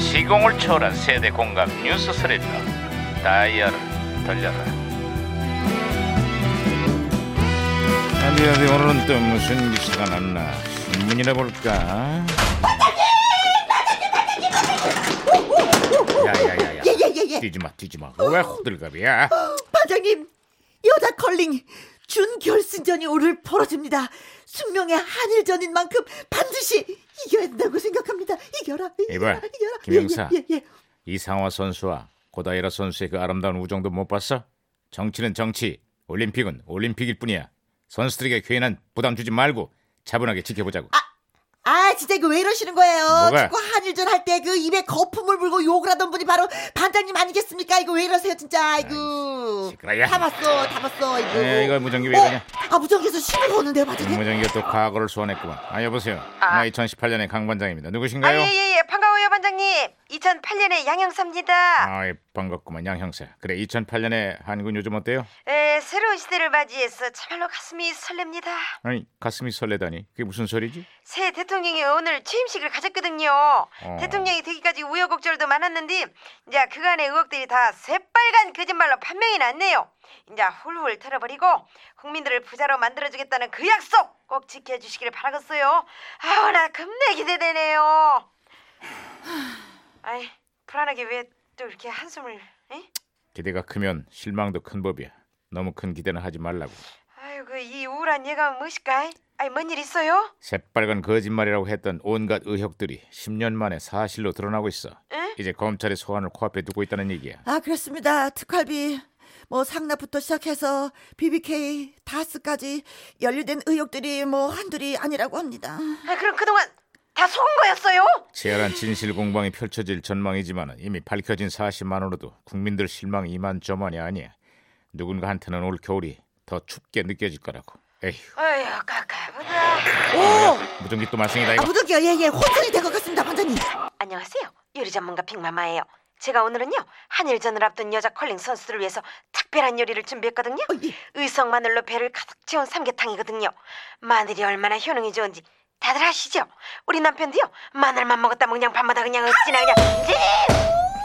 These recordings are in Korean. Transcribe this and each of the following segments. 시공을 초월한 세대 공감 뉴스 스릴러 다이얼을 돌려라 어디 어디 오늘은 또 무슨 뉴스가 났나 신문이나 볼까 야야야야 예예예예. 뛰지마 뛰지마 왜 호들갑이야 반장님, 여자 컬링 준결승전이 오늘 벌어집니다. 숙명의 한일전인 만큼 반드시 이겨야 된다고 생각합니다. 이겨라, 이겨라, 이봐, 이겨라. 김영사. 예, 예, 예. 이상화 선수와 고다이라 선수의 그 아름다운 우정도 못 봤어? 정치는 정치, 올림픽은 올림픽일 뿐이야. 선수들에게 괜한 부담 주지 말고 차분하게 지켜보자고. 아, 진짜 이거 왜 이러시는 거예요? 뭐가? 축구 한일전 할 때 그 입에 거품을 물고 욕을 하던 분이 바로 반장님 아니겠습니까? 이거 왜 이러세요, 진짜? 아이고. 시끄러워. 담았어, 담았어, 이거. 에, 이거 무전기 왜 어? 이러냐? 아, 무전기에서 신호가 오는데요, 반장님? 무전기가 또 과거를 소환했구만. 아 여보세요. 나 2018년의 강 반장입니다. 아, 누구신가요? 예, 예, 예. 반가워요, 반장님. 2008년에 양형사입니다. 아, 예, 반갑구만 양 형사. 그래 2008년에 한국은 요즘 어때요? 에, 새로운 시대를 맞이해서 참말로 가슴이 설렙니다. 아니 가슴이 설레다니. 그게 무슨 소리지? 새 대통령이 오늘 취임식을 가졌거든요. 어. 대통령이 되기까지 우여곡절도 많았는데 이제 그간의 의혹들이 다 새빨간 거짓말로 판명이 났네요. 이제 훌훌 털어버리고 국민들을 부자로 만들어주겠다는 그 약속 꼭 지켜주시기를 바라겠어요. 아우 나 겁내 기대되네요. 아이 불안하게 왜 또 이렇게 한숨을? 에? 기대가 크면 실망도 큰 법이야. 너무 큰 기대는 하지 말라고. 아이고 그 이 우울한 예감 무엇일까? 아이 뭔 일 있어요? 새빨간 거짓말이라고 했던 온갖 의혹들이 10년 만에 사실로 드러나고 있어. 이제 검찰의 소환을 코앞에 두고 있다는 얘기야. 아 그렇습니다. 특활비 뭐 상납부터 시작해서 BBK 다스까지 연루된 의혹들이 뭐 한둘이 아니라고 합니다. 아 그럼 그동안 다 속은 거였어요? 치열한 진실 공방이 펼쳐질 전망이지만 이미 밝혀진 사실만으로도 국민들 실망이 이만저만이 아니야. 누군가한테는 올 겨울이 더 춥게 느껴질 거라고. 에휴, 아휴 까까보다. 오, 무전기 또 말썽이다 아 이거. 무더기요 예예 혼선이 된 것 같습니다 반장님. 어, 안녕하세요. 요리 전문가 빅마마예요. 제가 오늘은요 한일전을 앞둔 여자 컬링 선수들을 위해서 특별한 요리를 준비했거든요. 예. 의성 마늘로 배를 가득 채운 삼계탕이거든요. 마늘이 얼마나 효능이 좋은지 다들 아시죠? 우리 남편도요 마늘만 먹었다면 그냥 밤마다 그냥 어찌나 그냥 예!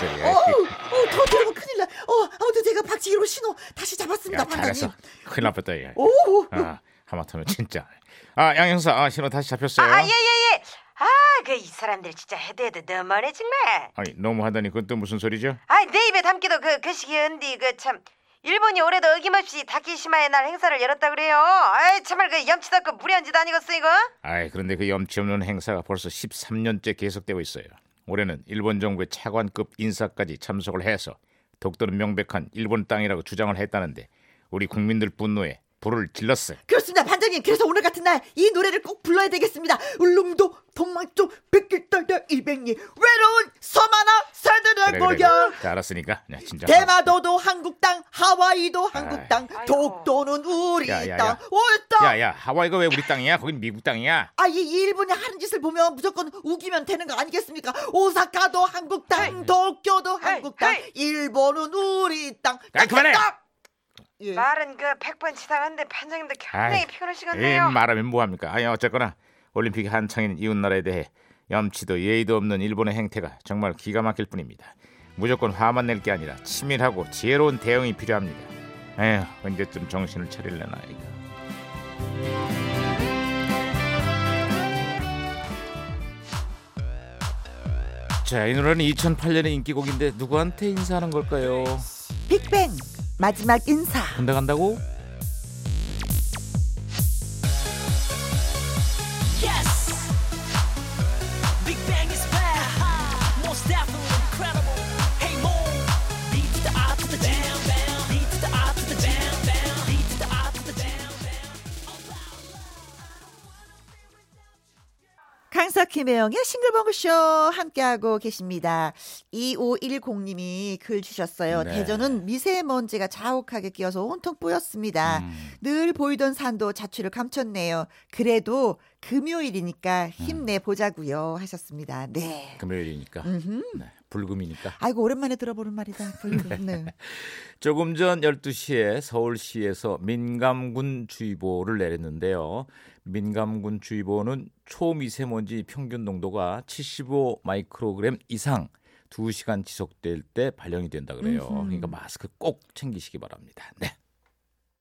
그래, 어, 어더 들으면 큰일 나. 어 아무튼 제가 박치기로 신호 다시 야, 잡았습니다 잘했어. 반장님. 큰일 났다 이거. 오, 오, 아, 하마터면 진짜. 아, 양 형사, 아, 신호 다시 잡혔어요. 아예예 예. 아 그 이 사람들 진짜 해도 해도 너무하네 정말. 아니, 너무 하다니 그건 또 무슨 소리죠? 아이 내 입에 담기도 그 그시기 은디 그 참 일본이 올해도 어김없이 다키시마의 날 행사를 열었다 그래요. 아이 참말 그 염치도 없고 무례한 짓 아니겠어 이거? 아이 그런데 그 염치 없는 행사가 벌써 13년째 계속되고 있어요. 올해는 일본 정부의 차관급 인사까지 참석을 해서 독도는 명백한 일본 땅이라고 주장을 했다는데 우리 국민들 분노에 불을 질렀어요. 그렇습니다 반장님. 그래서 오늘 같은 날 이 노래를 꼭 불러야 되겠습니다. 울릉도 동만쪽 백길따라 이백리 외로운 섬하나 그래, 새들의 그래, 모양. 그래. 자, 알았으니까 야, 진짜. 대마도도 한국 땅, 하와이도 한국 땅, 아이고. 독도는 우리 야, 야, 땅, 야. 우리 땅. 야야 하와이가 왜 우리 땅이야? 거긴 미국 땅이야. 아, 이 일본이 하는 짓을 보면 무조건 우기면 되는 거 아니겠습니까? 오사카도 한국 땅, 도쿄도 한국 땅, 헤이. 일본은 우리 땅. 야, 그만해. 땅! 예. 말은 그 100번 치상한데 반장님도 굉장히 네. 아이, 이 피곤하시겠네요. 말하면 뭐합니까? 아니 어쨌거나 올림픽 한창인 이웃 나라에 대해 염치도 예의도 없는 일본의 행태가 정말 기가 막힐 뿐입니다. 무조건 화만 낼 게 아니라 치밀하고 지혜로운 대응이 필요합니다. 에휴 언제쯤 정신을 차릴려나 이거. 자, 이 노래는 2008년의 인기곡인데 누구한테 인사하는 걸까요? 빅뱅, 마지막 인사. 군대 간다고? Yes! Big Bang is back! Most definitely incredible! Hey, Mo! Beat to the eye to the jam, bam! Beat to the eye to the jam, bam! Beat to the eye to the jam, bam! 강석 김혜영의 싱글벙글쇼 함께하고 계십니다. 2510님이 글 주셨어요. 네. 대전은 미세먼지가 자욱하게 끼어서 온통 뿌였습니다. 음. 늘 보이던 산도 자취를 감췄네요. 그래도 금요일이니까 힘내보자고요 하셨습니다. 네. 금요일이니까. 네. 불금이니까. 아이고 오랜만에 들어보는 말이다. 불금. 네. 조금 전 12시에 서울시에서 민감군 주의보를 내렸는데요. 민감군 주의보는 초미세먼지 평균 농도가 75 마이크로그램 이상 2시간 지속될 때 발령이 된다 그래요. 그러니까 마스크 꼭 챙기시기 바랍니다. 네.